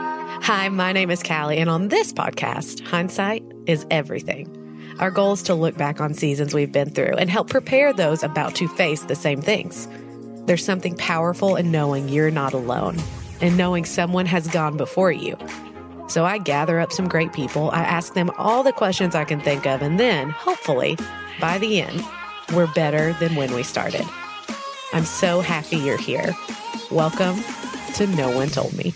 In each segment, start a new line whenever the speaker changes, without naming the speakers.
Hi, my name is Callie, and on this podcast, hindsight is everything. Our goal is to look back on seasons we've been through and help prepare those about to face the same things. There's something powerful in knowing you're not alone and knowing someone has gone before you. So I gather up some great people, I ask them all the questions I can think of, and then, hopefully, by the end, we're better than when we started. I'm so happy you're here. Welcome to No One Told Me.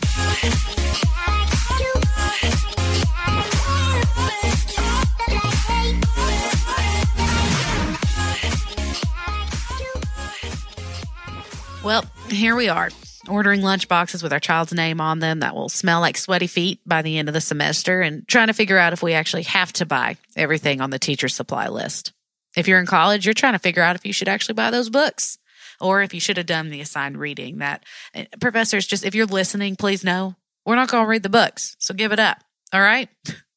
Well, here we are, ordering lunch boxes with our child's name on them that will smell like sweaty feet by the end of the semester and trying to figure out if we actually have to buy everything on the teacher supply list. If you're in college, you're trying to figure out if you should actually buy those books or if you should have done the assigned reading that uh, professors just if you're listening, please know we're not going to read the books. So give it up. All right?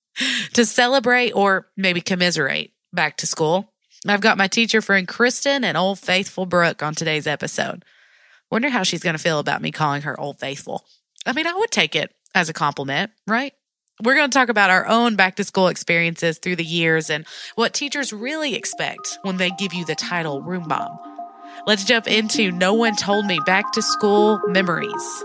to celebrate or maybe commiserate back to school. I've got my teacher friend Kristen and old faithful Brooke on today's episode. Wonder how she's going to feel about me calling her Old Faithful. I mean, I would take it as a compliment, right? We're going to talk about our own back to school experiences through the years and what teachers really expect when they give you the title room mom. Let's jump into No One Told Me Back to School Memories.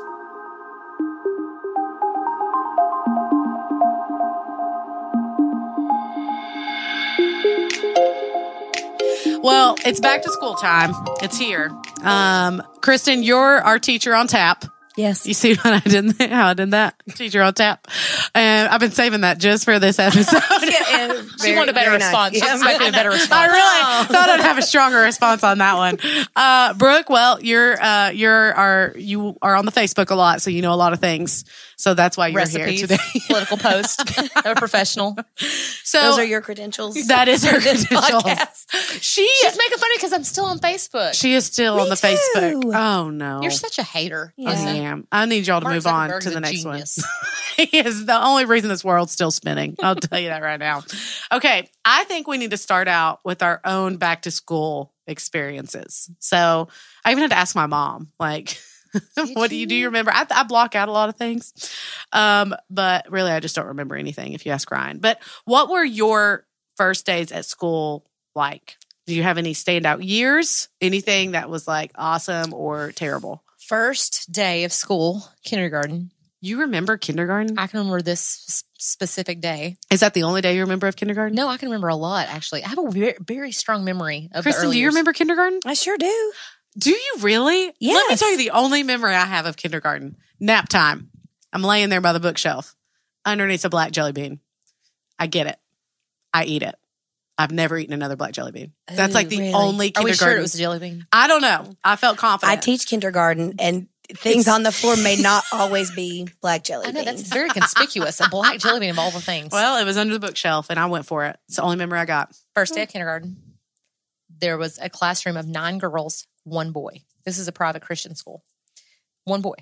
Well, it's back to school time. It's here. Um, Kristen, you're our teacher on tap.
Yes.
You see what I did? there? How I did that? Teacher on tap. And I've been saving that just for this episode.
she
wanted a better response. She expected a better
I
response. Oh.
really thought I'd have a stronger response on that one. Uh, Brooke, well, you're uh, you're are you are on the Facebook a lot, so you know a lot of things. So that's why you're
Recipes,
here today.
political post, a professional.
So
Those are your credentials.
that is her credentials. She
She's making fun of because I'm still on Facebook.
she is still on the
too.
Facebook. Oh no,
You're such a hater.
Yeah.
I
Listen,
am. I need y'all to
Mark
move on
Zuckerberg's
to the
a
next
genius.
one. he is the only reason this world's still spinning. I'll tell you that right now. Okay, I think we need to start out with our own back to school experiences. So I even had to ask my mom, like, what do you do? You remember? I, I block out a lot of things, um, but really, I just don't remember anything. If you ask Ryan, but what were your first days at school like? Do you have any standout years? Anything that was like awesome or terrible?
First day of school, kindergarten.
You remember kindergarten?
I can remember this s- specific day.
Is that the only day you remember of kindergarten?
No, I can remember a lot actually. I have a very, very strong memory of. the
Kristen,
early
do you
years.
remember kindergarten?
I sure do.
Do you really? Let me
Yes.
tell you the only memory I have of kindergarten nap time. I'm laying there by the bookshelf underneath a black jelly bean. I get it. I eat it. I've never eaten another black jelly bean. That's like
Oh,
the
really?
only
Are we
kindergarten.
sure it was a jelly bean?
I don't know. I felt
I
confident.
teach kindergarten, and things on the floor may not always be black jelly
I know that's
beans.
very conspicuous. A black jelly bean of all the things.
well, it was under the bookshelf and I went for it. It's the only memory I got.
First day of kindergarten, there was a classroom of nine girls, one boy. This is a private Christian school. One boy.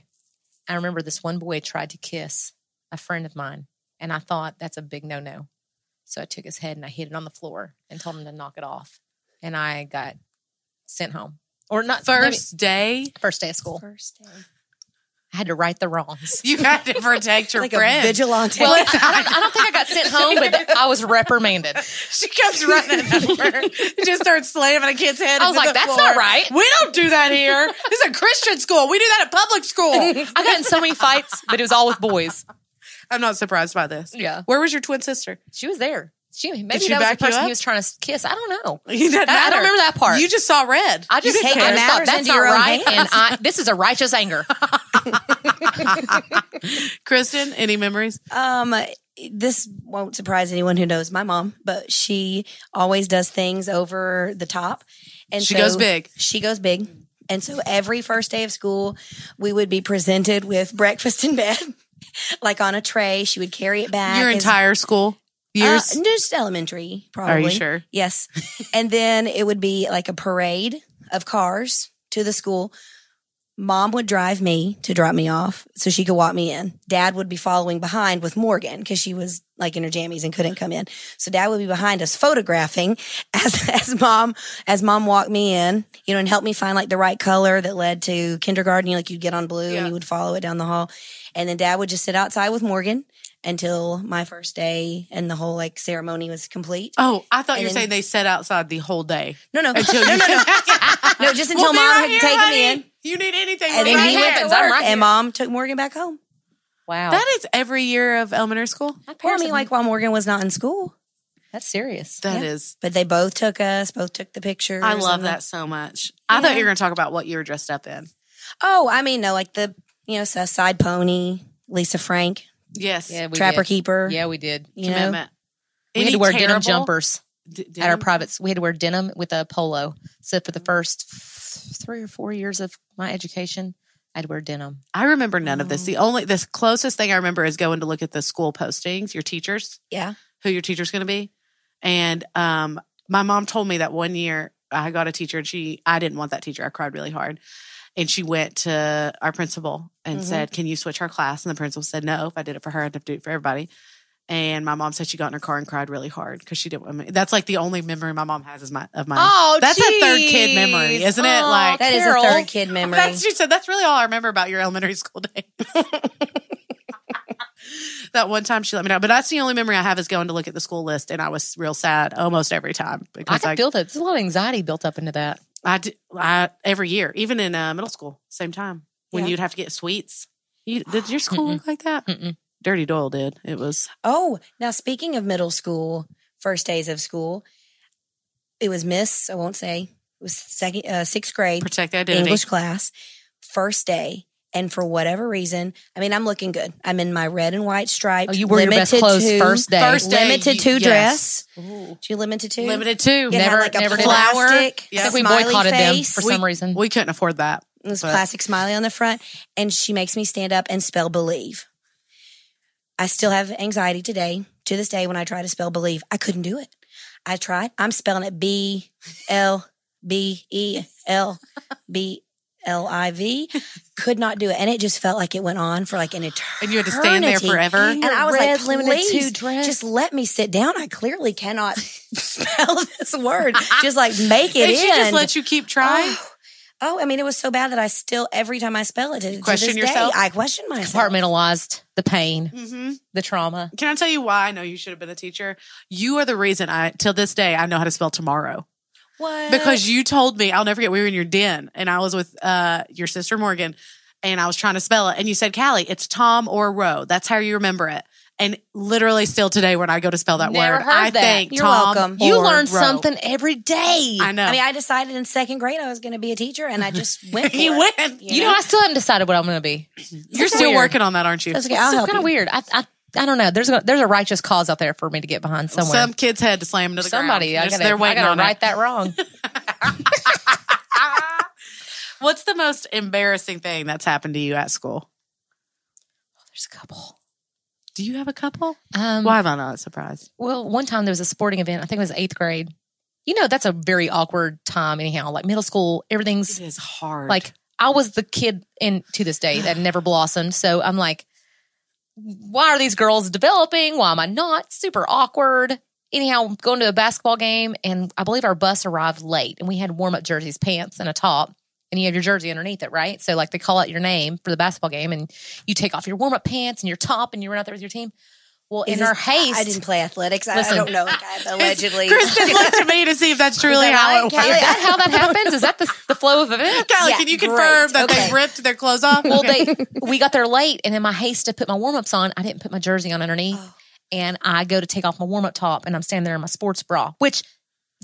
I remember this one boy tried to kiss a friend of mine, and I thought that's a big no no. So I took his head and I hit it on the floor and told him to knock it off. And I got sent home. Or not
First day,
maybe first day of school.
First day.
I had to right the wrongs.
you had to protect your
Like a
friend.
vigilante.
Well, I don't, I don't think I got sent home, but I was reprimanded.
She comes running over, just starts slamming a kid's head.
I was
into
like,
the
"That's
floor.
not right."
We don't do that here. This is a Christian school. We do that at public school.
I got in so many fights, but it was all with boys.
I'm not surprised by this.
Yeah.
Where was your twin sister?
She was there. She maybe
she
that was the
back you
person
up?
he was trying to kiss. I don't know.
You didn't
I- I don't
matter.
remember that part.
You just saw red.
I just
You
hate.
just
I
take
just thought
matters
that's
into
not
your own
right, and
hands.
I, this is a righteous anger.
Kristen, any memories?
Um, this won't surprise anyone who knows my mom, but she always does things over the top, and
She
so
goes big.
She goes big, and so every first day of school, we would be presented with breakfast in bed, like on a tray. She would carry it back.
Your
as-
entire school years.
Uh, just elementary, probably.
Are you sure?
Yes. and then it would be like a parade of cars to the school Mom would drive me to drop me off so she could walk me in. Dad would be following behind with Morgan because she was like in her jammies and couldn't come in. So dad would be behind us photographing as, as mom, as mom walked me in, you know, and helped me find like the right color that led to kindergarten. You know, like you'd get on blue
Yeah.
and you would follow it down the hall. And then dad would just sit outside with Morgan until my first day and the whole like ceremony was complete.
Oh, I thought
And
you were
then-
saying they sat outside the whole day.
No, no, no,
Until you
no, no, no, just until
We'll be
mom
right
had taken me
honey.
in.
You need anything?
And
we're
then
right
he
here.
went to
I'm
work,
right here.
and mom took Morgan back home.
Wow.
That is every year of elementary school.
My
Or I
parents
mean,
are-
like while Morgan was not in school,
that's serious.
That is.
Yeah. but they both took us, both took the pictures.
I love
and-
that so much. I thought you were going to talk about what you were dressed up in.
Oh, I mean, no, like the you know, so side pony, Lisa Frank,
Yes.
Yeah, we
Trapper
did.
Keeper.
Yeah, we did.
you know,
Commitment.
We had
Any
to wear denim
terrible-
jumpers
D-
at our
denim? Mm.
privates. We had to wear denim with a polo. So for the first f- three or four years of my education, I'd wear denim.
I remember none of this. The only the closest thing I remember is going to look at the school postings, your teachers,
yeah.
who your teacher's going to be, and um, my mom told me that one year I got a teacher and she I didn't want that teacher. I cried really hard, and she went to our principal and
Mhm.
said, "Can you switch her class?" And the principal said, "No, if I did it for her, I'd have to do it for everybody." And my mom said she got in her car and cried really hard because she didn't. want me- That's like the only memory my mom has is my of my.
Oh,
That's a third kid memory,
geez.
isn't it?
Aw,
Like-
that is
Carol.
a third kid memory.
That's, she said that's really all I remember about your elementary school days. that one time she let me know, but that's the only memory I have is going to look at the school list, and I was real sad almost every time
I
because
can
I,
feel that. There's a lot of anxiety built up into that.
I, d- I- every year, even in uh, middle school, same time when
Yeah.
you'd have to get sweets. You, did your school
Mm-mm.
look like that?
Mm-mm.
Dirty Doyle did. It was
Oh, now speaking of middle school, first days of school, it was Miss, I won't say, it was second, uh, sixth grade.
protect identity.
English class, first day. And for whatever reason, I mean, I'm looking good. I'm in my red and white striped.
Oh, you wore your best
limited
clothes
to-
first day.
First day,
Limited
you-
to
yes.
dress. She limited to.
Limited too.
It had
Never-
like a
never did.
plastic
Yeah.
Except we
smiley
boycotted them
face.
for some reason.
We couldn't afford that.
It was
but-
plastic smiley on the front, and she makes me stand up and spell believe. I still have anxiety today. To this day, when I try to spell believe, I couldn't do it. I tried. I'm spelling it B L B E L B L I V. Could not do it, and it just felt like it went on for like an eternity.
And you had to stand there forever.
And I was
red
like,
limited to
please,
dress."
just let me sit down. I clearly cannot spell this word. Just like make it
and she just
end.
let you keep trying.
Oh, oh, I mean, it was so bad that I still every time I spell it to, to
question
this
yourself?
Day, I question myself.
Compartmentalized the pain,
Mm-hmm.
the trauma.
Can I tell you why I know you should have been a teacher? You are the reason I, till this day, I know how to spell tomorrow
What?
because you told me, I'll never forget, we were in your den and I was with uh, your sister Morgan and I was trying to spell it. And you said, Callie, it's Tom or Roe. That's how you remember it. And literally, still today, when I go to spell that
Never
word,
heard
I
that.
think
You're
Tom
welcome.
You
or
learn
Roe.
something every day.
I know.
I mean, I decided in second grade I was going to be a teacher, and I just went. For
you
it,
win.
you know, I still haven't decided what I'm going to be.
You're still
weird.
working on that, aren't you?
That's okay. I'll help
kind of
you.
weird. I, I, I don't know. There's a, there's a righteous cause out there for me to get behind somewhere.
Some kids had to slam into the
Somebody,
ground.
I
Just-
gotta, I
they're waiting
gotta
on it.
right that wrong.
What's the most embarrassing thing that's happened to you at school?
There's a couple.
Do you have a couple?
Um,
Why am I not surprised?
Well, one time there was a sporting event. I think it was eighth grade. You know, that's a very awkward time, anyhow. Like middle school, everything's
is hard.
like I was the kid in to this day that never blossomed. So I'm like, why are these girls developing? Why am I not? Super awkward. Anyhow, I'm going to a basketball game, and I believe our bus arrived late, and we had warm up jerseys, pants, and a top, and you have your jersey underneath it, right? So like they call out your name for the basketball game, and you take off your warm up pants and your top, and you run out there with your team. Well,
Is
in
this-
our haste,
I didn't play athletics. I, I
Listen.
don't know. Like, I allegedly.
Kristen looked at me to see if that's truly
that
how
right,
it
Callie?
was.
is that how that happens? Is that the, the flow of events?
Callie,
Yeah,
can you
great.
confirm that they
Okay.
ripped their clothes off?
Well, they we got there late, and in my haste to put my warm ups on, I didn't put my jersey on underneath,
Oh.
and I go to take off my warm up top, and I'm standing there in my sports bra. Which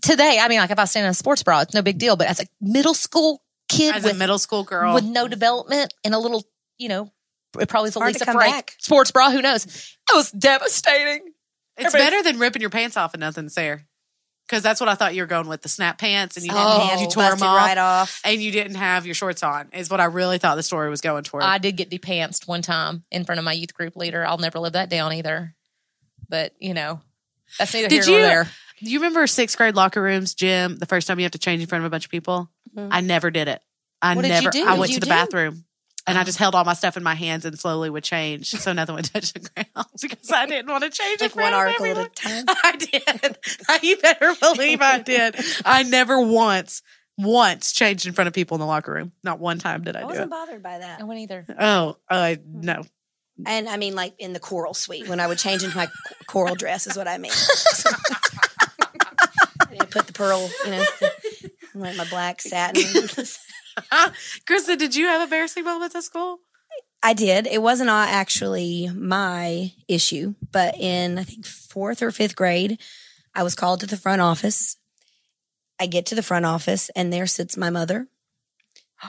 today, I mean, like if I stand in a sports bra, it's no big deal. But as a middle school kid
as a
with
middle school girl.
with no development and a little, you know, it probably is a
Hard to
Lisa
come
Frank
back.
sports bra. Who knows? It was devastating.
it's better than ripping your pants off and nothing's there. Because that's what I thought you were going with the snap pants and you didn't
Oh.
have, you tore
busted
them off
right off.
and you didn't have your shorts on is what I really thought the story was going toward.
I did get depantsed one time in front of my youth group leader. I'll never live that down either. But you know, that's neither
Did
here
you-
nor there.
Do you remember sixth grade locker rooms, gym, the first time you have to change in front of a bunch of people?
Mhm.
I never did it. I
What did you
never.
do?
I
What
went
did
to
you
the
do?
bathroom. And I just held all my stuff in my hands and slowly would change so nothing would touch the ground because I didn't want to change it.
Like one article at a time.
I did. you better believe I did. I never once, once changed in front of people in the locker room. Not one time did I,
I
do
wasn't
it.
bothered by that.
I went either.
Oh, uh, no.
And I mean, like in the coral suite when I would change into my coral dress is what I mean. So- I didn't put the pearl, you know, like my black satin.
Krista, did you have embarrassing moments at school?
I did. It wasn't all actually my issue, but in I think fourth or fifth grade, I was called to the front office. I get to the front office, and there sits my mother,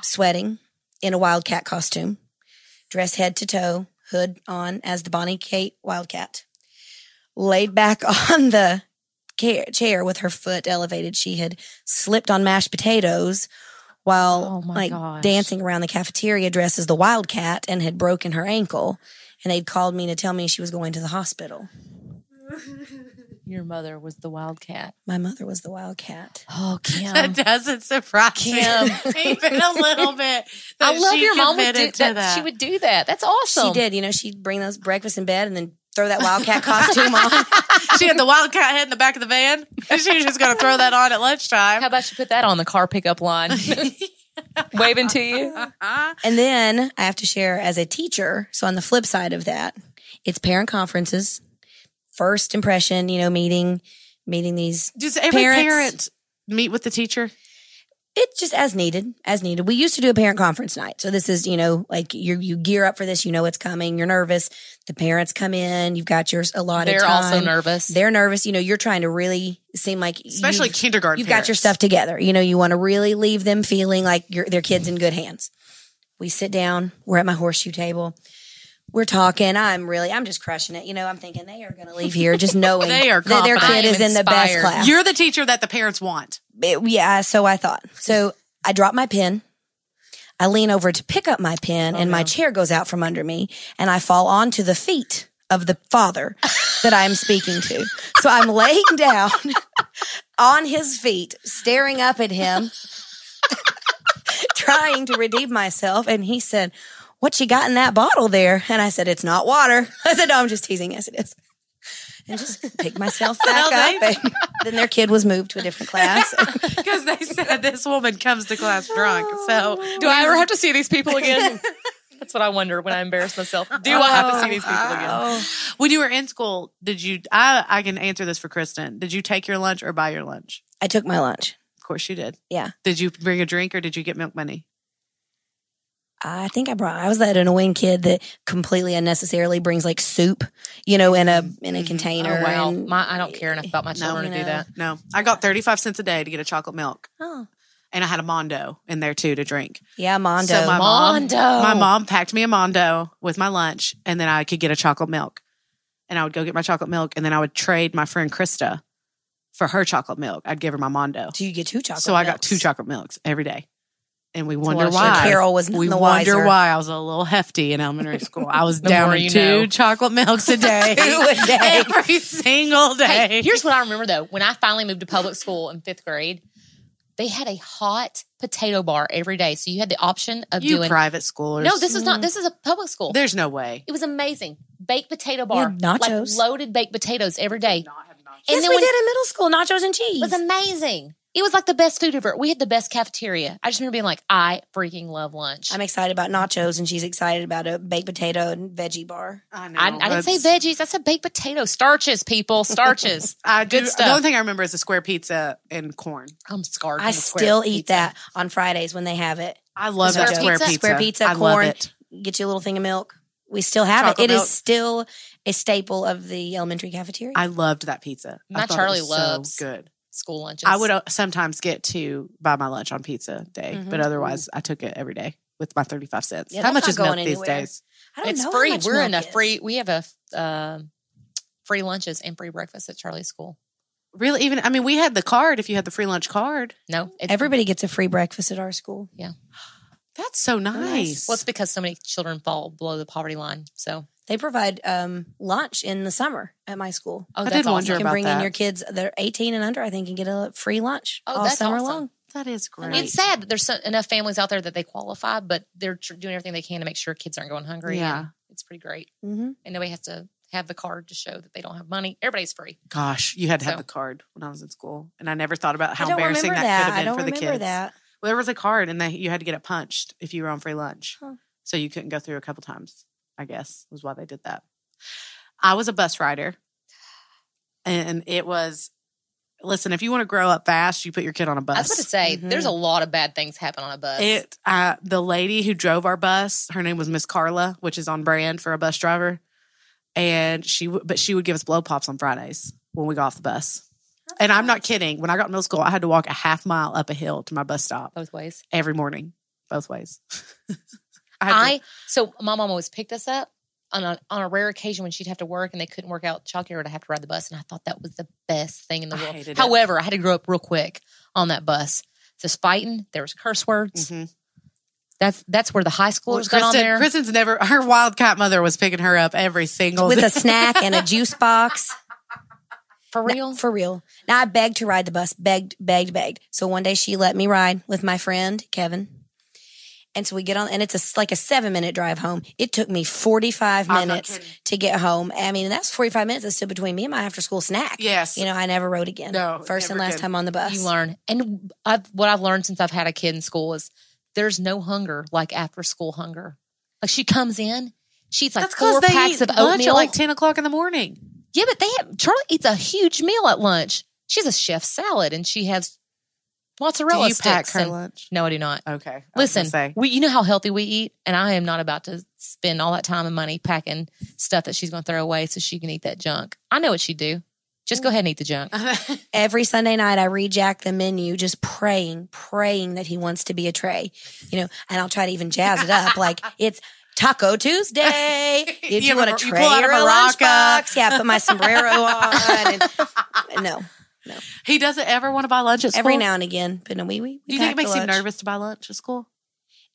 sweating in a wildcat costume, dressed head to toe, hood on as the Bonnie Kate wildcat, laid back on the ca- chair with her foot elevated. She had slipped on mashed potatoes while
Oh my
like
gosh.
dancing around the cafeteria dressed as the wildcat and had broken her ankle. And they'd called me to tell me she was going to the hospital.
Your mother was the wildcat.
My mother was the wildcat.
Oh, Kim.
That doesn't surprise
Kim.
me even a little bit.
I
that
love
she
your mom would do
committed
that, She would do that. That's awesome.
She did. You know, she'd bring those breakfast in bed and then throw that wildcat costume on.
she had the wildcat head in the back of the van. She was just going to throw that on at lunchtime.
How about you put that on the car pickup line? Waving to you.
Uh-huh.
And then I have to share as a teacher. So on the flip side of that, it's parent conferences, first impression, you know, meeting, meeting these.
Does every
Parents-
parent meet with the teacher?
It's just as needed, as needed. We used to do a parent conference night. So this is, you know, like you you gear up for this, you know what's coming, you're nervous. The parents come in, you've got yours a lot of
They're
time.
also nervous.
They're nervous. You know, you're trying to really seem like
Especially
you've-
kindergarten.
you've got your
parents.
stuff together. You know, you want to really leave them feeling like your their kids in good hands. We sit down. We're at my horseshoe table. We're talking. I'm really, I'm just crushing it. You know, I'm thinking they are going to leave here just knowing
They are
that their
confident.
kid is
I am
in the best
inspired.
class.
You're the teacher that the parents want.
It- yeah, so I thought. So I drop my pen. I lean over to pick up my pen, and my chair goes out from under me, and I fall onto the feet of the father that I am speaking to. So I'm laying down on his feet, staring up at him, trying to redeem myself. And he said, What you got in that bottle there? And I said, It's not water. I said, No, I'm just teasing. Yes, it is. And just pick myself back up. And then their kid was moved to a different class.
Because they said this woman comes to class drunk. So
Do I ever have to see these people again? That's what I wonder when I embarrass myself. Do I have to see these people again?
when you were in school, did you? I, I can answer this for Kristen. Did you take your lunch or buy your lunch?
I took my lunch.
Of course you did.
Yeah.
Did you bring a drink or did you get milk money?
I think I brought. I was that annoying kid that completely unnecessarily brings like soup, you know, in a in a container.
Oh wow,
and-
my, I don't care enough about my children
you
to do
know.
that.
No, I got thirty five cents a day to get a chocolate milk,
Oh.
and I had a mondo in there too to drink.
Yeah, Mondo.
So my mom,
Mondo.
Oh.
my mom packed me a mondo with my lunch, and then I could get a chocolate milk, and I would go get my chocolate milk, and then I would trade my friend Krista for her chocolate milk. I'd give her my mondo,
Do you get two chocolate?
so I got
milks?
two chocolate milks every day, and we
lot
wonder
of sugar.
why.
Carol was none
we
the
wonder
wiser.
why I was a little hefty in elementary school. I was down
more
to
you
two
know.
chocolate milks a day,
Two a day.
every single day.
Hey, here's what I remember though. When I finally moved to public school in fifth grade, they had a hot potato bar every day. So you had the option of
you
doing.
private schoolers.
No, this is not. This is a public school.
There's no way.
It was amazing. Baked potato bar,
had
like
nachos.
loaded baked potatoes every day.
Yes,
And then
we
when
did in middle school nachos and cheese.
It was amazing. It was like the best food ever. We had the best cafeteria. I just remember being like, I freaking love lunch.
I'm excited about nachos, and she's excited about a baked potato and veggie bar.
I, know,
I, I didn't say
that's-
veggies. I said baked potato. Starches, people. Starches.
I do.
Good stuff.
The only thing I remember is a square pizza and corn.
I'm scarred.
I
from the square
still eat
pizza.
that on Fridays when they have it.
I love
Square
that square
pizza?
pizza.
Square pizza,
I Love
corn.
it.
Get you a little thing of milk. We still have
Chocolate
it. It is
milk.
still a staple of the elementary cafeteria.
I loved that pizza. I
My
thought it
Charlie
was
loves
so good.
School lunches.
I would uh, sometimes get to buy my lunch on pizza day, but otherwise I took it every day with my thirty five cents.
Mm-hmm, Yeah,
How
that's
much
not
is milk
going
these
anywhere.
days?
I don't
It's
know how
free.
much
We're in a
milk is.
free. We have a um free lunches and free breakfast at Charlie's school.
Really? Even I mean, we had the card. If you had the free lunch card,
No, it,
Everybody gets a free breakfast at our school.
that's so nice.
nice.
Well, it's because so many children fall below the poverty line. So,
They provide um, lunch in the summer at my school.
oh,
I
that's
did
awesome.
wonder
you can
about
bring in
that.
your kids that are 18 and under, I think, and get a free lunch
Oh,
all
that's
summer
awesome.
long.
That is great.
It's sad that there's so, enough families out there that they qualify, but they're tr- doing everything they can to make sure kids aren't going hungry.
Yeah.
and it's pretty great.
Mm-hmm.
And nobody has to have the card to show that they don't have money. Everybody's free.
Gosh, you had to have
So-
the card when I was in school, and I never thought about
I
how
don't
embarrassing
remember
that,
that.
could
I
have been
don't
for the
remember
kids.
that.
Well, there was a card, and they, you had to get it punched if you were on free lunch,
Huh.
so you couldn't go through a couple times. I guess was why they did that. I was a bus rider, and it was. Listen, if you want to grow up fast, you put your kid on a bus. Mm-hmm.
I was about to say,
Mhm.
there's a lot of bad things happen on a bus.
It uh, the lady who drove our bus, her name was Miss Carla, which is on brand for a bus driver, and she w- but she would give us blow pops on Fridays when we got off the bus. And I'm not kidding. When I got in middle school, I had to walk a half mile up a hill to my bus stop
both ways.
every morning, both ways. I, had to-
I so my mom always picked us up on a, on a rare occasion when she'd have to work and they couldn't work out childcare to have to ride the bus, and I thought that was the best thing in the
I
world.
hated it.
However, I had to grow up real quick on that bus. Just fighting, there was curse words.
Mhm.
That's that's where the high schoolers got on
Kristen-
there.
Kristen's never her wildcat mother was picking her up every single
With
day.
a snack and a juice box.
For
No,
real,
for real. Now I begged to ride the bus, begged, begged, begged. So one day she let me ride with my friend Kevin. And so we get on, and it's a, s- like a seven minute drive home. It took me 45
I'm not
minutes
kidding.
to get home. I mean, and that's 45 minutes that stood between me and my after school snack.
Yes.
You know, I never rode again.
No,
First and
never
last
did.
time on the bus.
you learn. And I've, what I've learned since I've had a kid in school is there's no hunger like after school hunger. Like she comes in, she eats like
That's because
four
they
packs
eat
of
lunch
oatmeal.
at like ten o'clock in the morning.
Yeah, but they have Charlie eats a huge meal at lunch. She's a chef salad and she has mozzarella
Do you pack
sticks.
her
and-
lunch?
no, I do not.
Okay. I was gonna
Listen,
say.
we, you know how healthy we eat, and I am not about to spend all that time and money packing stuff that she's going to throw away so she can eat that junk. I know what she'd do. Just
Mm.
go ahead and eat the junk.
every Sunday night I rejack the menu, just praying, praying that he wants to be a tray, you know, and I'll try to even jazz it up. Like it's Taco Tuesday. If
You
you,
have
want
a-
a
you
tray
pull out a
or a
maraca.
lunchbox, yeah, put my sombrero on. And, no,
He doesn't ever want to buy lunch at school.
every now and again, but no, we we. we
Do you think
pack
it
the
makes you
lunch.
nervous to buy lunch at school?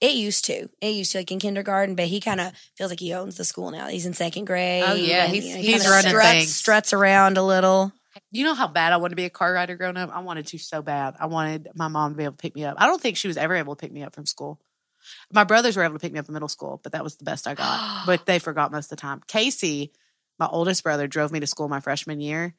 It used to. It used to, like in kindergarten, but he kind of feels like he owns the school now. He's in second grade.
Oh, yeah,
and,
he's-
you know, he
he's
kinda
running
struts,
things.
struts around a little.
You know how bad I wanted to be a car rider growing up? I wanted to so bad. I wanted my mom to be able to pick me up. I don't think she was ever able to pick me up from school. My brothers were able to pick me up in middle school, but that was the best I got. but they forgot most of the time. Casey, my oldest brother, drove me to school my freshman year.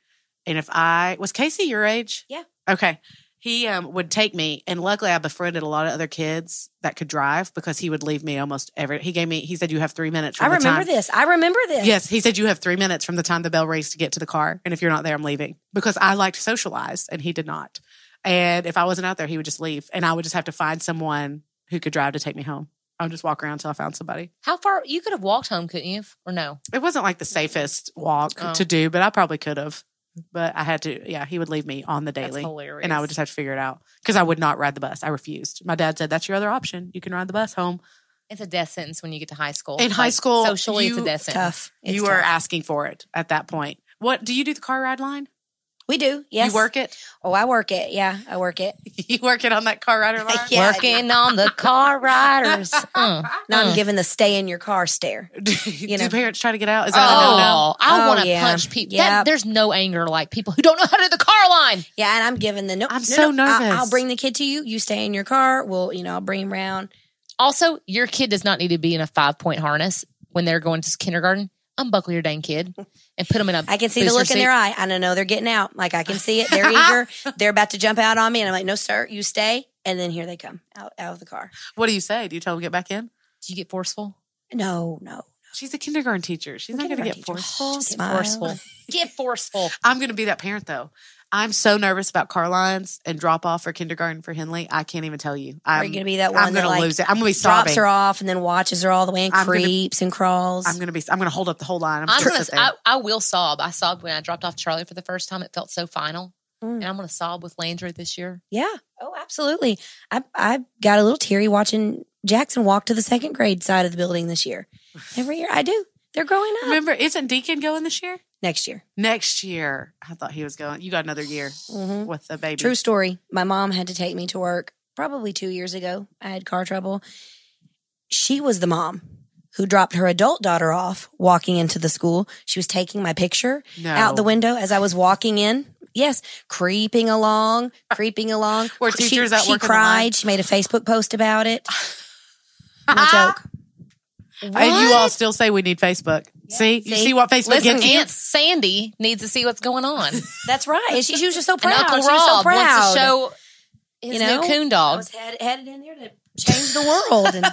And if I was Casey your age?
Yeah.
Okay. He um, would take me, and luckily I befriended a lot of other kids that could drive because he would leave me almost every. He gave me. He said, "You have three minutes." From
I
the
remember
time.
this. I remember this.
Yes, he said you have three minutes from the time the bell rings to get to the car, and if you're not there, I'm leaving because I like to socialize, and he did not. And if I wasn't out there, he would just leave, and I would just have to find someone who could drive to take me home. I would just walk around until I found somebody.
How far you could have walked home, couldn't you? Or no?
It wasn't like the safest walk
Oh.
to do, but I probably could have. But I had to. Yeah, he would leave me on the
That's
daily,
hilarious.
and I would just have to figure it out because I would not ride the bus. I refused. My dad said that's your other option. You can ride the bus home.
It's a death sentence when you get to high school.
In high school,
socially, it's a
you-
death sentence.
Tough. It's
you
tough.
are asking for it at that point. What do you do? The car ride line?
We do. Yes.
You work it.
Oh, I work it. Yeah, I work it.
you working on that car rider line?
Yeah, Oh, I
Working on the car riders. Mm,
Now
mm.
Hmm.
I'm giving the stay in your car stare.
Do,
You know.
do parents try to get out? Is that a no-no?
Oh, I
Oh,
want to
yeah.
punch people.
Yeah.
There's no anger like people who don't know how to do the car line.
Yeah, and I'm giving the no.
I'm
no,
so
no, I-
nervous.
I'll bring the kid to you. You stay in your car. We'll, you know, I'll bring him around.
Also, your kid does not need to be in a five point harness when they're going to kindergarten. Unbuckle your dang kid and put them in a.
I can see the
booster
look in
seat.
their eye. I don't know. They're getting out. Like I can see it. They're eager. They're about to jump out on me, and I'm like, no, sir, you stay. And then here they come out out of the car.
What do you say? Do you tell them to get back in?
Do you get forceful?
No, no.
She's a kindergarten teacher. She's not going to
kindergarten
get
teacher.
forceful.
Just
Get
Smile.
forceful. Get forceful.
I'm going to be that parent though. I'm so nervous about car lines and drop off for kindergarten for Henley. I can't even tell you.
Are
I'm
you gonna be that one
I'm
that
going to
like
lose it. I'm going to be sobbing.
drops her off and then watches her all the way and
I'm gonna-
creeps and crawls?
I'm going to be. I'm going to hold up the whole line. I'm,
I'm
just
gonna.
sit there.
I, I will sob. I sobbed when I dropped off Charlie for the first time. It felt so final,
Mm.
and I'm gonna sob with Landry this year.
Yeah. Oh, absolutely. I I got a little teary watching Jackson walk to the second grade side of the building this year. Every year I do. They're growing up
Remember, isn't Deacon going this year?
next year.
Next year, I thought he was going. You got another year
Mhm.
with the baby.
True story. My mom had to take me to work probably two years ago. I had car trouble. She was the mom who dropped her adult daughter off walking into the school. She was taking my picture
No.
out the window as I was walking in. Yes, creeping along, creeping along.
Were
She-
teachers at
she
work in the line?
cried. She made a Facebook post about it. No
Ah,
joke.
And you all still say we need Facebook. see? you
See?
see what Facebook
Listen,
gets you?
Aunt Sandy needs to see what's going on.
That's right. And she, she was just so
And
proud.
Uncle
she was so
Rob wants
proud.
to show his
You know?
new coon
I
dog.
was head, headed in there to change the world, and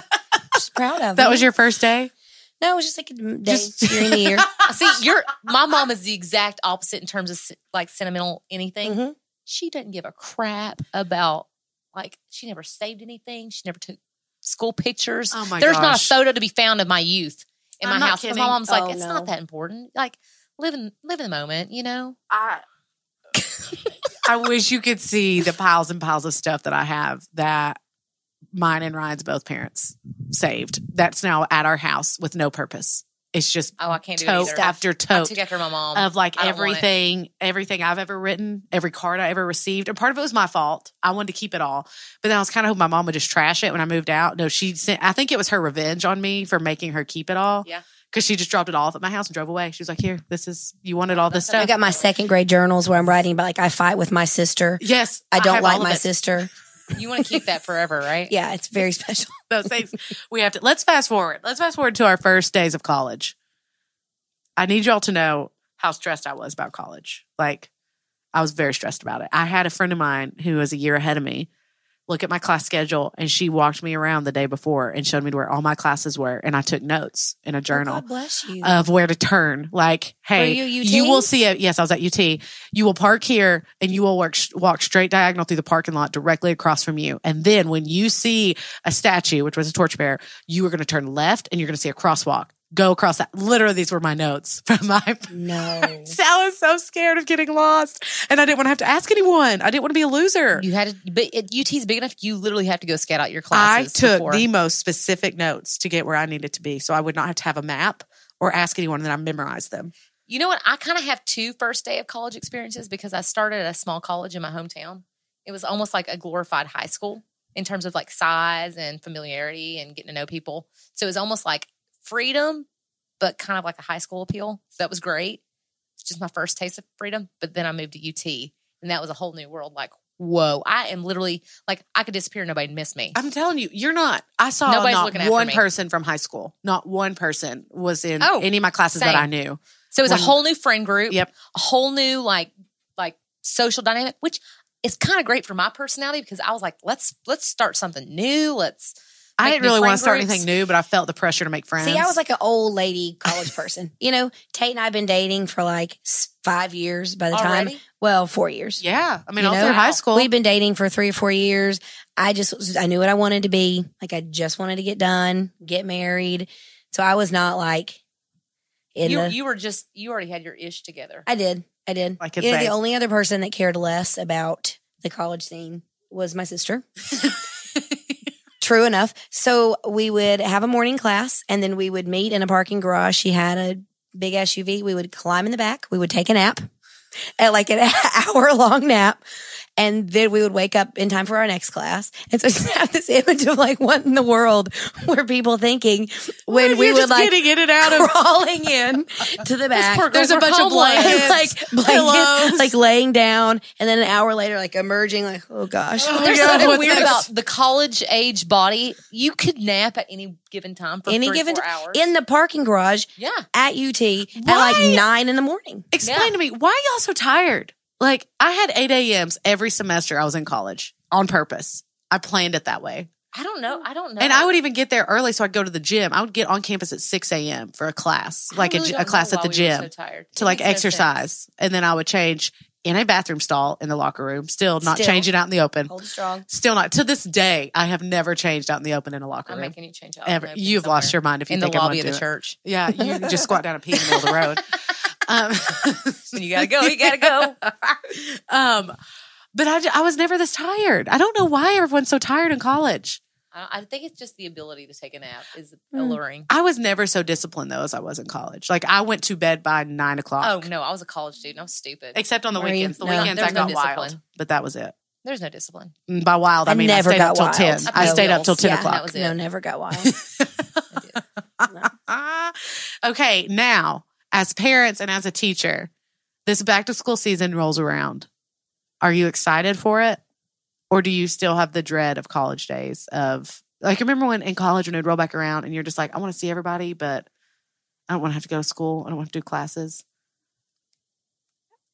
she's proud of
That
it.
was your first day.
no. It was just like a day
Just-
during the year.
See, you're my mom is the exact opposite in terms of like sentimental anything.
Mm-hmm.
Mhm.
She doesn't give a crap about like she never saved anything. She never took school pictures.
Oh my
There's not a
gosh.
photo to be found of my youth in
I'm
my
not
house. 'Cause
kidding.
My mom's like,
Oh,
it's
no.
not that important. Like live in live in the moment, you know.
I I wish you could see the piles and piles of stuff that I have that mine and Ryan's both parents saved. That's now at our house with no purpose. It's just
Oh, I can't do
tote
it either.
after
I
tote Um,
took after my mom.
of like
I don't want it.
everything, everything I've ever written, every card I ever received. And part of it was my fault. I wanted to keep it all, but then I was kind of hoping my mom would just trash it when I moved out. No, she sent. I think it was her revenge on me for making her keep it all.
Yeah.
because she just dropped it all off at my house and drove away. She was like, "Here, this is you wanted all this
I
stuff."
got my second grade journals where I'm writing about like I fight with my sister.
Yes,
I don't
have all
like
of
my
it.
sister.
you want to keep that forever, right?
Yeah, it's very special.
Those things we have to. Let's fast forward. Let's fast forward to our first days of college. I need y'all to know how stressed I was about college. Like, I was very stressed about it. I had a friend of mine who was a year ahead of me look at my class schedule, and she walked me around the day before and showed me where all my classes were, and I took notes in a journal.
Oh,
Uh,
God bless you.
of where to turn. Like, hey,
you UT?
will see it. Yes, I was at UT. You will park here and you will work, walk straight diagonal through the parking lot directly across from you. And then when you see a statue, which was a torchbearer, you are going to turn left and you're going to see a crosswalk. Go across that. Literally, these were my notes from my.
no.
So I was so scared of getting lost, and I didn't want to have to ask anyone. I didn't want to be a loser.
You had to, but it, UT's big enough. You literally have to go scout out your
I
classes.
took
before.
the most specific notes to get where I needed to be, so I would not have to have a map or ask anyone. And then I memorized them.
You know what? I kind of have two first day of college experiences because I started at a small college in my hometown. It was almost like a glorified high school in terms of like size and familiarity and getting to know people. So it was almost like freedom, but kind of like a high school appeal. So that was great. It's just my first taste of freedom. But then I moved to UT and that was a whole new world. Like, whoa, I am literally like, I could disappear. Nobody'd miss me.
I'm telling you, you're not. I saw
Nobody's
not
looking after
one
me.
person from high school. Not one person was in
Oh,
any of my classes that
same.
I knew.
So it was
When-
a whole new friend group.
Yep.
A whole new like like social dynamic, which is kind of great for my personality because I was like, let's let's start something new. Let's
I
Like
didn't
new
really want to
friend
start
groups.
anything new, but I felt the pressure to make friends.
See, I was like an old lady college person. You know, Tate and I have been dating for like s- five years by the time.
already.
Well, four years.
yeah. I mean,
You
all
know,
through high
wow.
school.
We'd been dating for three or four years. I just, was- I knew what I wanted to be. Like, I just wanted to get done, get married. So I was not like in
You
the.
you were just you already had your ish together.
I did. I did.
Like it's
you know,
a-
the only other person that cared less about the college scene was my sister. True enough. So we would have a morning class and then we would meet in a parking garage. She had a big SUV. We would climb in the back. We would take a nap, at like an hour long nap. And then we would wake up in time for our next class. And so you have this image of like what in the world were people thinking when
You're
we would
just
like
getting in and out of.
crawling in to the back.
poor girls
There's a
were
bunch of
homeless.
blankets, like blankets,
pillows.
like laying down, and then an hour later, like emerging, like oh gosh.
Oh,
There's
yeah,
something
what's
weird
next?
about the college age body. You could nap at any given time for
Any
three,
given
four
ti-
hours.
in the parking garage
yeah,
at UT at
Why?
like nine in the morning.
Explain
Yeah.
to me why y'all so tired. Like I had eight a.m.s every semester I was in college on purpose. I planned it that way.
I don't know. I don't know.
And I would even get there early, so I'd go to the gym. I would get on campus at six a.m. for a class,
I
like a
really
g- a,
don't know
class at
why
the
we were
gym.
so tired.
to
It
like
makes no sense.
exercise. And then I would change in a bathroom stall in the locker room, still not
Still.
changing out in the open.
Hold strong.
Still not. To this day, I have never changed out in the open in a locker
I'm
room.
making you change out.
Ever.
I'm opening
You've lost
somewhere.
your mind if you
in the
think
lobby
I'm
of
gonna
the
do it.
church.
Yeah, you can just squat down and pee in the middle of the road. Um,
You gotta go. You gotta go.
um, but I, ju- I was never this tired. I don't know why everyone's so tired in college.
I I think it's just the ability to take a nap is
Mm.
alluring.
I was never so disciplined though as I was in college. Like I went to bed by nine o'clock.
Oh no, I was a college student. I'm stupid.
Except on the
Were you?
weekends. The
No.
weekends I
There's no
got wild,
discipline.
but that was it.
There's no discipline.
And by wild, I,
I
mean
never
I stayed up
got
till
wild.
ten. I
No.
stayed up till ten
Yeah,
that
o'clock.
was it.
No, never got wild.
I did.
Ah. okay, now as parents and as a teacher, this back to school season rolls around, Are you excited for it? Or do you still have the dread of college days of like remember when in college when it'd roll back around and you're just like, I want to see everybody, but I don't want to have to go to school. I don't want to do classes.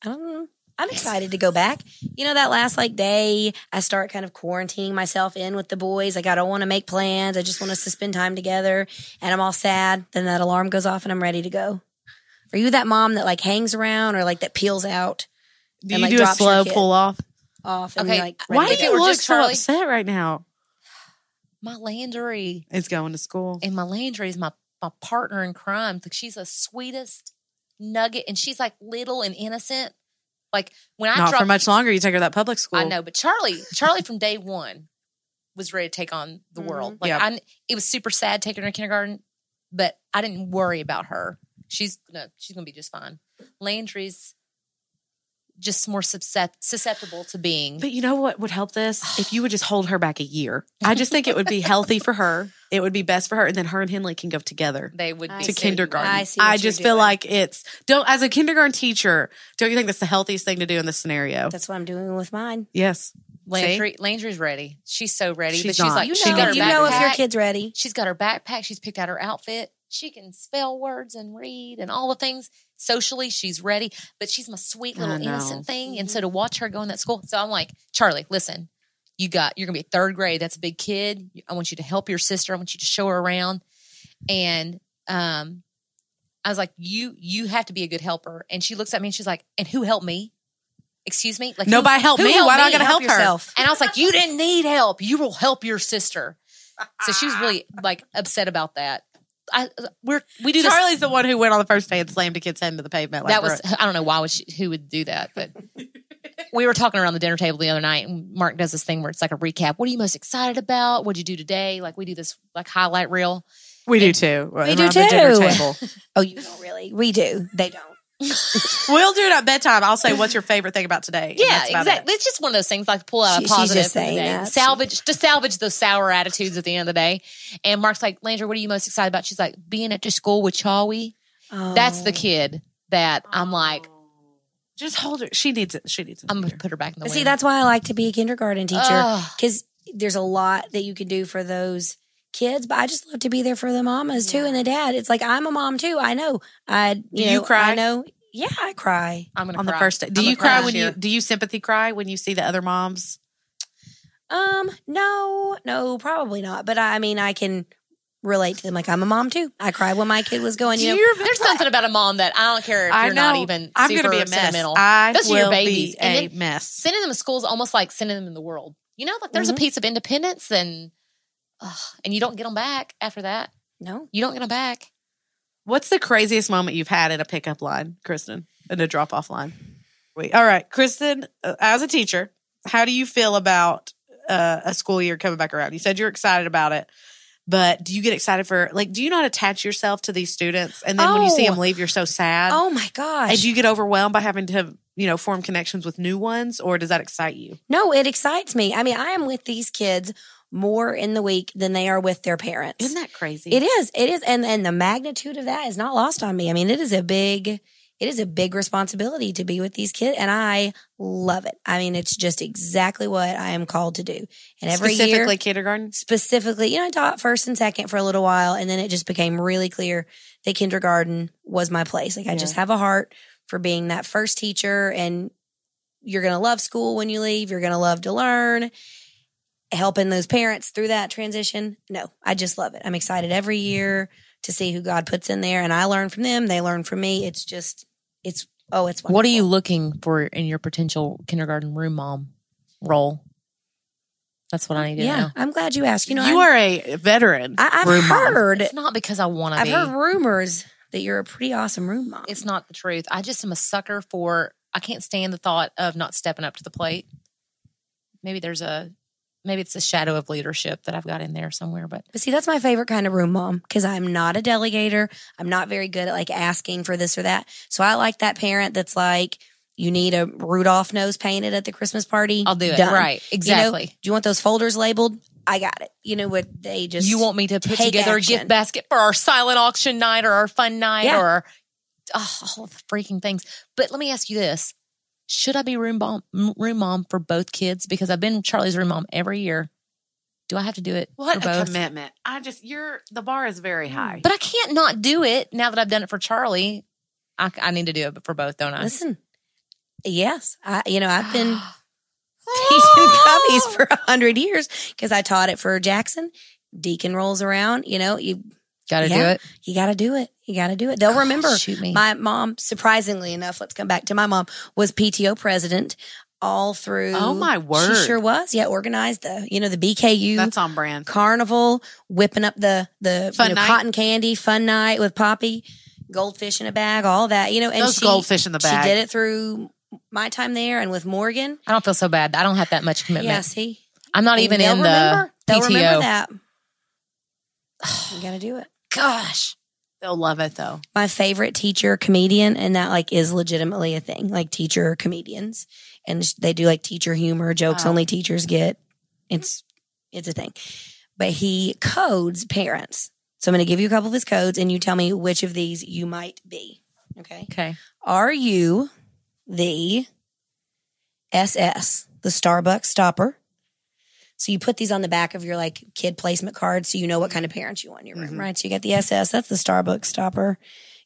I don't know. I'm excited to go back. You know, that last like day, I start kind of quarantining myself in with the boys. Like, I don't want to make plans. I just want us to spend time together. And I'm all sad. Then that alarm goes off and I'm ready to go. Are you that mom that like hangs around or like that peels out
Do
And,
you
like,
do a
drops your
slow
kid.
pull off?
off? And
Okay,
Like,
Why
ready
do
If
to
you
it were
look
just
so
Charlie-
upset right now?
My Landry
Is going to school.
and my Landry is my my partner in crime. Like she's the sweetest nugget, and she's like little and innocent. Like when I
Not
dropped,
for much longer. You take her to that public school.
I know, but Charlie, Charlie from day one was ready to take on the world.
Mm-hmm.
Like
Yeah.
I, kn- it was super sad taking her to kindergarten, but I didn't worry about her. She's no, she's gonna be just fine. Landry's just more suscept- susceptible to being.
But you know what would help this? If you would just hold her back a year. I just think it would be healthy for her. It would be best for her. And then her and Henley can go together
They would
I
be
to
see.
so-
kindergarten.
I see what you're
just feel
doing.
like it's don't as a kindergarten teacher, don't you think that's the healthiest thing to do in this scenario?
That's what I'm doing with mine.
yes.
Landry, Landry's ready. She's so ready,
She's
but she's
not.
like
You
she
She
got
know,
her
needs
you
to
know if your
backpack.
kid's ready.
She's got her backpack. She's picked out her outfit. She can spell words and read and all the things. Socially, she's ready, but she's my sweet
I
little
know. Mm-hmm.
innocent thing. And so to watch her go in that school, so I'm like, Charlie, listen, you got, you're gonna be a third grade. That's a big kid. I want you to help your sister. I want you to show her around. And um, I was like, you, you have to be a good helper. And she looks at me and she's like, and who helped me? Excuse me? Like who-
Nobody help
who
me.
helped
Why do I
me?
gotta help, her?
yourself.
And I was like, you didn't need help. You will help your sister. So she was really like upset about that. I we're we do this.
Charlie's the one who went on the first day and slammed a kid's head into the pavement. Like
that was I don't know why would she, who would do that, but we were talking around the dinner table the other night, and Mark does this thing where it's like a recap. What are you most excited about? What'd you do today? Like we do this like highlight reel.
we do too.
We do
Around the dinner
too.
table.
Oh, you don't really? We do. They don't.
we'll do it at bedtime. I'll say, "What's your favorite thing about today?" And
Yeah,
that's about it.
exactly. It's just one of those things like pull out
She-
a
she's
positive
just
for the
saying
day.
that.
salvage to salvage those sour attitudes at the end of the day. And Mark's like, Landry, what are you most excited about? She's like, being at the school with Chawi. That's the
Oh.
kid that I'm like,
Just hold her. She needs it. She needs it.
I'm gonna put her back in the
See,
winter.
that's why I like to be a kindergarten teacher
Ugh.
because there's a lot that you can do for those kids. But I just love to be there for the mamas too and the dad. It's like I'm a mom too. I know. I you,
you
know,
cry?
I know. Yeah, I cry.
I'm gonna
on the
cry.
first day. Do
I'm
you
gonna cry
cry
this
when
year.
you do you sympathy cry when you see the other moms?
Um, no, no, probably not. But I, I mean, I can relate to them. Like I'm a mom too. I cried when my kid was going. You know,
There's something about a mom that I don't care if
I
you're not
know.
even.
I'm
super
gonna be a mess.
sentimental.
I
Those are your
will
babies.
be
And
a mess.
sending them to school is almost like sending them in the world. You know, like there's a
Mhm.
piece of independence and, ugh, and you don't get them back after that.
no,
You don't get them back.
What's the craziest moment you've had in a pickup line, Kristen, in a drop off line? Wait. All right, Kristen, uh, as a teacher, how do you feel about uh, a school year coming back around? You said you're excited about it. But do you get excited for like? Do you not attach yourself to these students, and then when you see
Oh.
them leave, you're so sad?
oh my gosh,
And do you get overwhelmed by having to, you know, form connections with new ones, or does that excite you?
no, it excites me. I mean, I am with these kids more in the week than they are with their parents.
Isn't that crazy?
It is. It is. And and the magnitude of that is not lost on me. I mean, it is a big it is a big responsibility to be with these kids and I love it. I mean, it's just exactly what I am called to do. And every
specifically
year
kindergarten.
specifically, you know, I taught first and second for a little while and then it just became really clear that kindergarten was my place. Like I just have a heart for being that first teacher and you're going to love school when you leave, you're going to love to learn, helping those parents through that transition. No, I just love it. I'm excited every year to see who God puts in there and I learn from them, they learn from me. It's just it's oh, it's wonderful.
What are you looking for in your potential kindergarten room mom role? That's what I need to
Yeah,
know.
I'm glad you asked. You know,
you
I'm-
are a veteran.
I, I've
room mom.
heard
It's not because I want to
I've
be.
heard rumors that you're a pretty awesome room mom.
it's not the truth. I just am a sucker for. I can't stand the thought of not stepping up to the plate. Maybe there's a, maybe it's a shadow of leadership that I've got in there somewhere. But
But see, that's my favorite kind of room mom because I'm not a delegator. I'm not very good at like asking for this or that. So I like that parent that's like, you need a Rudolph nose painted at the Christmas party.
I'll do it.
Done.
Right.
You know,
Exactly.
do you want those folders labeled? I got it. You know what they
You,
just
want me to put
take
together a
action.
gift basket for our silent auction night or our fun night
Yeah.
or oh, all the freaking things. But let me ask you this. Should I be room mom, m- room mom for both kids? Because I've been Charlie's room mom every year. Do I have to do it
What
for
a
both?
commitment. I just, you're, the bar is
Mm.
very high.
But I can't not do it now that I've done it for Charlie. I, I need to do it for both, don't I?
Listen, yes, I you know I've been teaching puppies for a hundred years because I taught it for Jackson. Deacon rolls around, you know you
Got to do
Yeah.
it.
you got to do it. You got to do it. They'll remember.
Shoot me.
My mom, surprisingly enough, let's come back to my mom, was PTO president all through.
Oh, my word.
She sure was. Yeah, organized the you know the BKU
That's on brand.
carnival, whipping up the the
Fun
you know,
night.
cotton candy fun night with Poppy, goldfish in a bag, all that you know. And
Those
she,
goldfish in the bag.
She did it through my time there and with Morgan.
I don't feel so bad. I don't have that much commitment.
Yeah, see,
I'm
Oh,
not even
They'll
in
remember.
the
They'll remember
PTO.
that. You got to do it.
Gosh. They'll love it though.
my favorite teacher comedian and that like is legitimately a thing like teacher comedians and sh- they do like teacher humor jokes
Wow.
only teachers get it's it's a thing but he codes parents so i'm going to give you a couple of his codes and you tell me which of these you might be okay
Okay.
are you the ss the starbucks stopper so you put these on the back of your like kid placement card so you know what kind of parents you want in your room,
Mhm.
right? So you got the SS, that's the Starbucks stopper.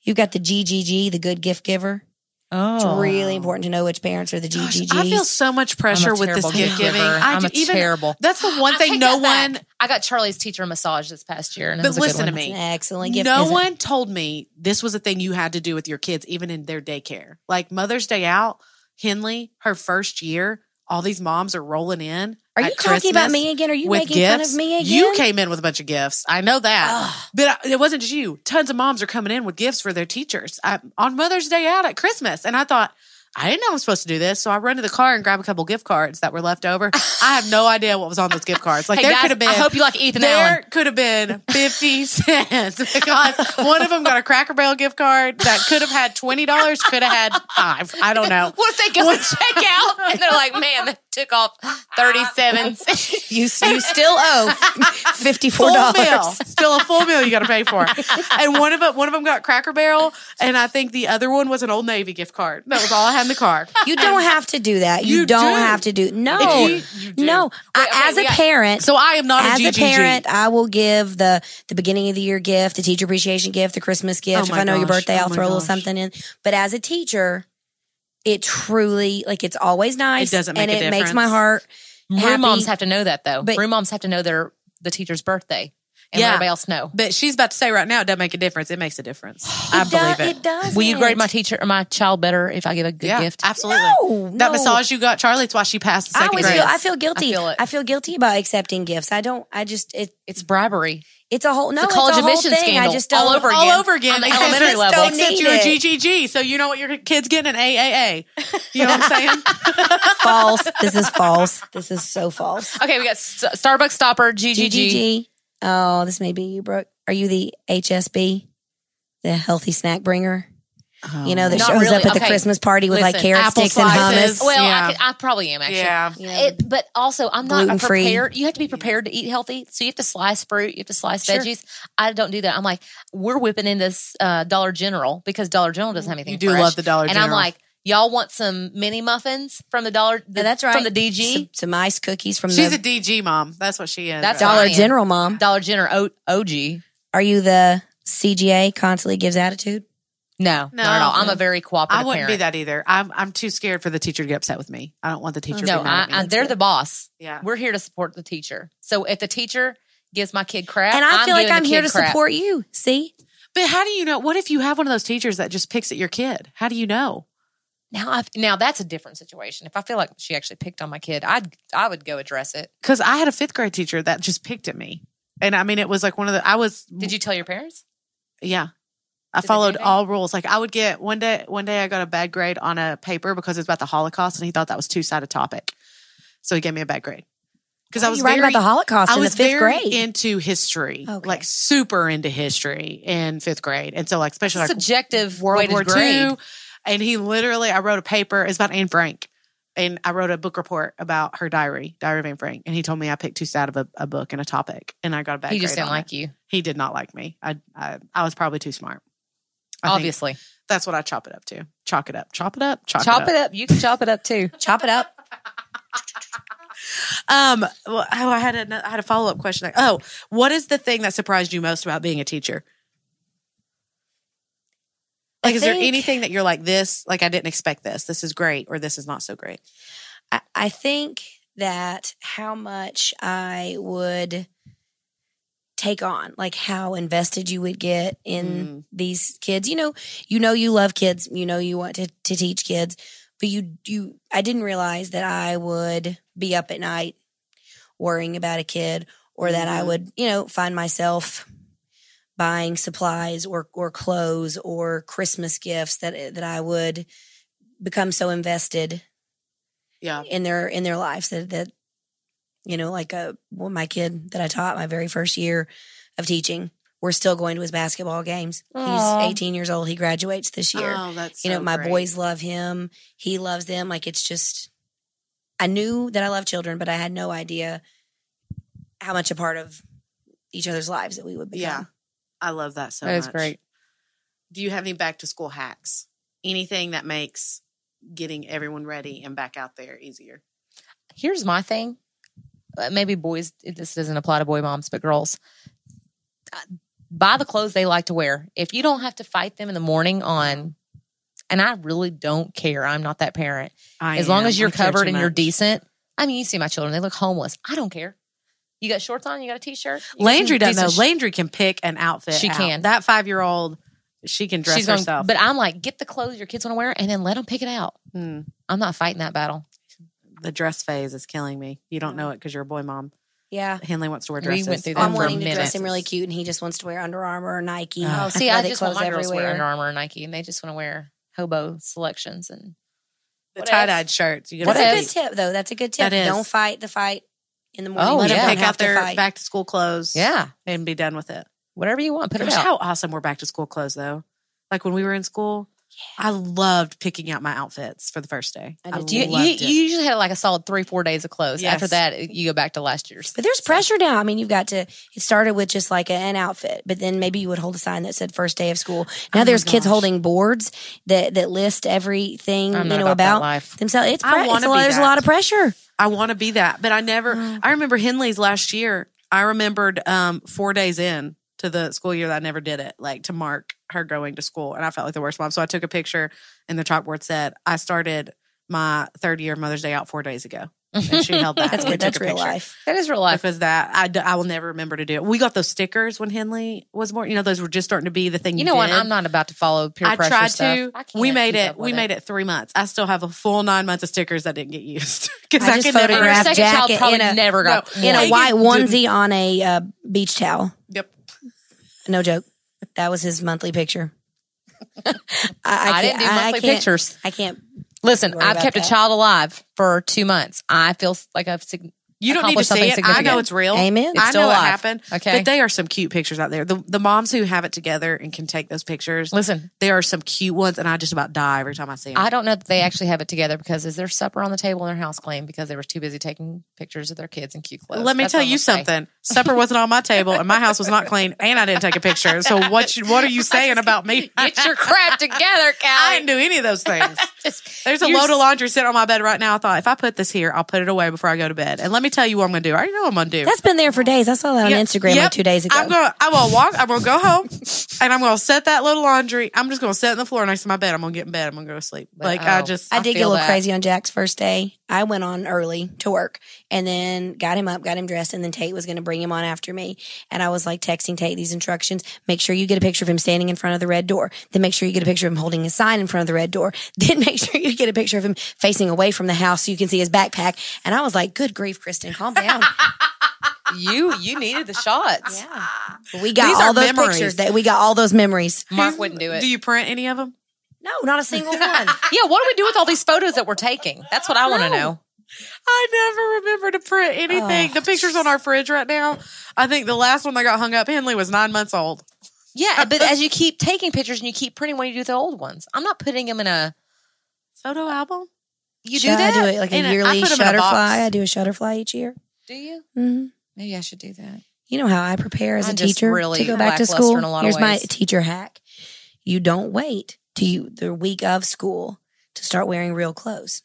You've got the GGG, the good gift giver. It's
Oh.
really important to know which parents are the
Gosh,
GGGs.
I feel so much pressure with this
terrible
gift
gift
giving.
giver.
I
I'm
do,
a
even
terrible-
that's the one
I
thing
take
no
that back.
one
I got Charlie's teacher massage this past year. And it
But
was a good
listen to
one.
me.
It's an excellent gift.
no
isn't it?
one told me this was a thing you had to do with your kids, even in their daycare. Like Mother's Day out, Henley, her first year, all these moms are rolling in.
Are you
at
talking about
Christmas
me again? Are you
with
making
gifts.
fun of me again?
You came in with a bunch of gifts. I know that.
Ugh.
But I- it wasn't just you. Tons of moms are coming in with gifts for their teachers I, on Mother's Day out at Christmas. And I thought, I didn't know I'm supposed to do this. So I run to the car and grab a couple gift cards that were left over. I have no idea what was on those gift cards. Like
Hey,
there
guys,
could have been
I hope you like Ethan
there
Allen.
could have been 50 cents because one of them got a Cracker Barrel gift card that could have had $20, could have had five. I don't know.
What if they go and check out and they're like, man, that took off 37 cents.
You, you still owe fifty-four
Full meal,
dollars.
still a full meal you got to pay for, and one of them, one of them got Cracker Barrel, and I think the other one was an Old Navy gift card. That was all I had in the car.
You don't have to do that. You,
You
don't
do.
have to do. No,
If you- you do.
no. I,
okay,
as
we
a
got-
parent,
So I am not
as
a
a
GGG.
parent, I will give the the beginning of the year gift, the teacher appreciation gift, the Christmas gift.
Oh
if
my
I know your
gosh.
birthday,
Oh
I'll
my
throw a little
gosh.
something in. But as a teacher, it truly like it's always nice.
doesn't make
and
a
it makes my
difference.
heart. happy.
Room moms have to know that though.
But-
Room moms have to know their the teacher's birthday and
Yeah.
let everybody else know.
but she's about to say right now it doesn't make a difference. It makes a difference. I
It does-
believe it.
It does.
Will you grade my teacher or my child better if I give a good
yeah,
gift?
absolutely.
No,
That
no.
massage you got, Charlie, it's why she passed the
I
second
always
grade.
feel I feel guilty. I
feel
feel,
it.
guilty about accepting gifts. I don't. I just it.
it's bribery.
It's a whole no.
a
It's a,
college
whole
admission
thing. I
scandal.
just don't,
All over again.
all over again
on the
except-
elementary
except-
level.
Except
Don't
you're a
need it.
GGG, so you know what your kid's getting an AAA. You know what I'm saying?
False. This is false. This is so false.
Okay, we got S- Starbucks stopper, GGG.
GGG. Oh, this may be you, Brooke. Are you the HSB, the healthy snack bringer? you know, that
Not
shows
really.
up at the
Okay.
Christmas party with like
Listen,
carrot
apple
sticks and
slices.
hummus.
Well,
Yeah.
I, could, I probably am actually.
Yeah.
You know,
It, but also, I'm not a
Gluten-free.
prepared. You have to be prepared to eat healthy. So you have to slice fruit. You have to slice
Sure.
veggies. I don't do that. I'm like, we're whipping in this uh, Dollar General because Dollar General doesn't have anything.
You do
fresh.
love the Dollar
and
General.
I'm like, y'all want some mini muffins from the Dollar? The,
Yeah, that's right.
From the DG
Some, some ice cookies from
she's
the
a DG mom. That's what she is.
That's
right?
all
Dollar
I am.
General mom.
Dollar General o- OG.
Are you the CGA constantly gives attitude?
No,
No.
not at all. I'm a very cooperative.
I wouldn't
parent.
be that either. I'm I'm too scared for the teacher to get upset with me. I don't want the teacher to
No,
be mad
I,
at me.
I, they're the boss.
yeah.
We're here to support the teacher. So if the teacher gives my kid crap,
And I feel
giving
like
the
I'm here
kid
to
crap.
support you. See,
But how do you know? What if you have one of those teachers that just picks at your kid? How do you know?
Now, I've, now that's a different situation. If I feel like she actually picked on my kid, I'd I would go address it.
Because I had a fifth grade teacher that just picked at me. And I mean, it was like one of the, I was,
Did you tell your parents?
Yeah. I
Did they do
followed
anything?
all rules. Like I would get one day one day I got a bad grade on a paper because it was about the Holocaust and he thought that was two sided topic. So he gave me a bad grade. Because I was
you write
very,
about the Holocaust
I
in the
was
fifth
very
grade.
into history.
Okay.
Like super into history in fifth grade. And so like especially like
Subjective
World
weighted
War
grade.
II. And he literally, I wrote a paper. It's about Anne Frank. And I wrote a book report about her diary, Diary of Anne Frank. And he told me I picked two sides of a, a book and a topic. And I got a bad
He
grade.
just didn't
on it.
like you.
He did not like me. I, I, I was probably too smart. I think
obviously.
that's what I chop it up to. Chalk it up. Chop it up. Chalk
Chop it up. You can chop it up too.
Chop it up.
Um. well, oh, I had a, I had a follow up question. Oh, what is the thing that surprised you most about being a teacher?
I
Like, is there
think-
anything that you're like this? Like, I didn't expect this. This is great, or this is not so great.
I, I think that how much I would take on, like how invested you would get in these kids. You know, you know you love kids, you know you want to, to teach kids, but you you I didn't realize that I would be up at night worrying about a kid or that I
Mhm.
would, you know, find myself buying supplies or or clothes or Christmas gifts that that I would become so invested
Yeah.
in their in their lives that that you know like uh well, my kid that I taught my very first year of teaching we're still going to his basketball games
Aw.
he's 18 years old he graduates this year
Oh, that's
you know
so
my
great.
boys love him he loves them like it's just I knew that I love children but I had no idea how much a part of each other's lives that we would become
Yeah. I love that so.
That is
much.
great.
Do you have any back to school hacks? Anything that makes getting everyone ready and back out there easier?
Here's my thing. Uh, maybe boys, this doesn't apply to boy moms, but girls. Uh, Buy the clothes they like to wear. If you don't have to fight them in the morning on, and I really don't care. I'm not that parent.
I
as long
am.
as you're
I care
covered
too
and you're
much.
decent. I mean, you see my children; they look homeless. I don't care. You got shorts on. You got a t-shirt. you got
Landry
some
doesn't know.
decent sh-
Landry can pick an outfit.
She
out.
can.
That five year old, she can dress
she's going,
herself.
but I'm like, get the clothes your kids want to wear, and then let them pick it out.
Hmm.
I'm not fighting that battle.
the dress phase is killing me. You don't know it because you're a boy mom.
yeah
Henley wants to wear
We
dresses.
went through that
I'm
for
wanting to
minutes.
dress him really cute and he just wants to wear Under Armour or Nike
Oh,
Oh, see, I
athletic
just want
clothes
my girls to wear Under Armour and Nike, and they just want to wear hobo selections. And
The
What
tie dyed
else?
shirts. You
That's
gotta
a
What
good
pick-
tip, though. That's a good tip.
That is.
Don't fight the fight in the morning.
Oh,
Let
yeah.
them
Don't
pick out
have to
their
fight.
back to school clothes.
yeah,
And be done with it.
whatever you want, put it
Gosh,
out.
how awesome were back to school clothes though. Like when we were in school, I loved picking out my outfits for the first day.
I
I,
did
loved
too.
You, you,
it.
you usually had like a solid three, four days of clothes.
Yes.
After that, you go back to last year's.
But there's pressure now. I mean, you've got to. It started with just like an outfit, but then maybe you would hold a sign that said first day of school.
Oh,
Now
my
there's kids
gosh.
holding boards that that list everything
I'm
you
not
know
about, that
about,
life.
themselves. It's,
I
pre- it's
wanna
a lot,
be
there's a
that.
lot of pressure.
I want to be that, but I never.
Mm.
I remember Henley's last year. I remembered um, four days in to the school year that I never did it, like to mark her going to school, and I felt like the worst mom. So I took a picture, and the chalkboard said, "I started my third year of Mother's Day out four days ago," and she held that.
That's
We
good.
took
That's
a
real
picture.
life.
That is real life.
Because that I, d- I will never remember to do it. We got those stickers when Henley was born. You know, those were just starting to be the thing. You,
You know what?
did.
I'm not about to follow peer
I
pressure
tried
stuff.
to.
I can't
we made
keep
it.
up with
We made it three months. I still have a full nine months of stickers that didn't get used because
I
I,
just
could never.
Your
Grab
second
jacket
child probably
in a-
never got
No,
In
Yeah.
a
Megan
white
didn't-
onesie on a uh, beach towel.
Yep.
No joke. That was his monthly picture.
I,
I,
didn't
can't-
do monthly
can't-
pictures.
I can't.
Listen,
worry
I've
about
kept
that.
a child alive for two months. I feel s- like I've. sig-
You don't need to
accomplish
see
something
it. I know
significant.
it's real.
Amen.
It's
I
still
know
alive.
it happened.
Okay.
But they are some cute pictures out there. The the moms who have it together and can take those pictures,
Listen,
there are some cute ones, and I just about die every time I see them.
I don't know that they actually have it together because is their supper on the table in their house clean because they were too busy taking pictures of their kids in cute clothes.
Let me
That's
tell
what I'm
you
gonna say.
something. Supper wasn't on my table, and my house was not clean, and I didn't take a picture. So what? You, what are you saying about me?
Get your crap together,
I didn't
Callie.
do any of those things.
Just-
There's a
You're
load of
s-
laundry sitting on my bed right now. I thought if I put this here, I'll put it away before I go to bed. And let me tell you what I'm going to do. I already know what I'm going to do.
That's been there for days. I saw that on
Yeah.
Instagram
Yep.
like two days ago.
I'm gonna I'm gonna walk. I'm gonna go home, and I'm gonna set that little laundry. I'm just gonna sit on the floor next to my bed. I'm gonna get in bed. I'm gonna go to sleep.
But,
Like I
oh.
just
I
I did get a
feel
little
that.
crazy on Jack's first day. I went on early to work and then got him up, got him dressed, and then Tate was going to bring him on after me. And I was like texting Tate these instructions. Make sure you get a picture of him standing in front of the red door. Then make sure you get a picture of him holding his sign in front of the red door. Then make sure you get a picture of him facing away from the house so you can see his backpack. And I was like, good grief, Kristen, calm down.
you you needed the shots.
yeah. We got
These are
all those
memories.
pictures. That, we got all those memories.
Mark wouldn't do it.
Do you print any of them?
No, not a single one.
yeah, what do we do with all these photos that we're taking? That's what I want to
No.
know.
I never remember to print anything. the pictures on our fridge right now. I think the last one that got hung up, Henley was nine months old.
Yeah, Uh, but as you keep taking pictures and you keep printing, what do you do with the old ones? I'm not putting them in a.
Photo album.
You
Should
do that?
I do it like a
In a- I
yearly
put 'em in a box. Mm-hmm.
shutterfly. I do a shutterfly each year.
Do you?
hmm
Maybe I should do that.
You know how I prepare as a
I'm just
teacher
really
to go back to
lackluster
school.
in a lot of
Here's my
ways.
teacher hack. you don't wait till you, the week of school to start wearing real clothes.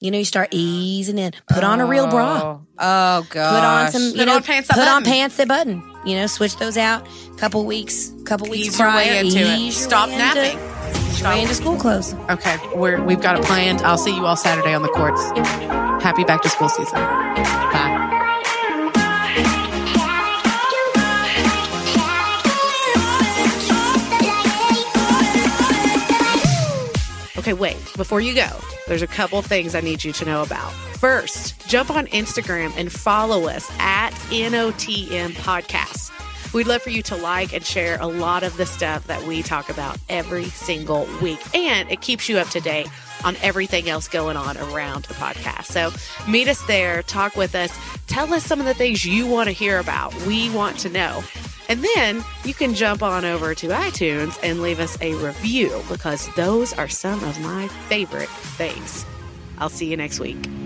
You know, you start easing in. Put on a real bra.
Oh, God.
Put on some, you
Put
know,
on pants that
put
button.
on pants that button. You know, switch those out. Couple weeks, couple weeks
Ease your
prior.
way into it.
ease your
Stop
way into-
napping.
ease your way into school clothes.
Okay, we're, we've got it planned. I'll see you all Saturday on the courts. Happy back to school season. Bye.
Okay, wait, before you go, there's a couple things I need you to know about. First, jump on Instagram and follow us at NOTM Podcasts. We'd love for you to like and share a lot of the stuff that we talk about every single week. And it keeps you up to date on everything else going on around the podcast. So meet us there, talk with us, tell us some of the things you want to hear about. We want to know. And then you can jump on over to iTunes and leave us a review because those are some of my favorite things. I'll see you next week.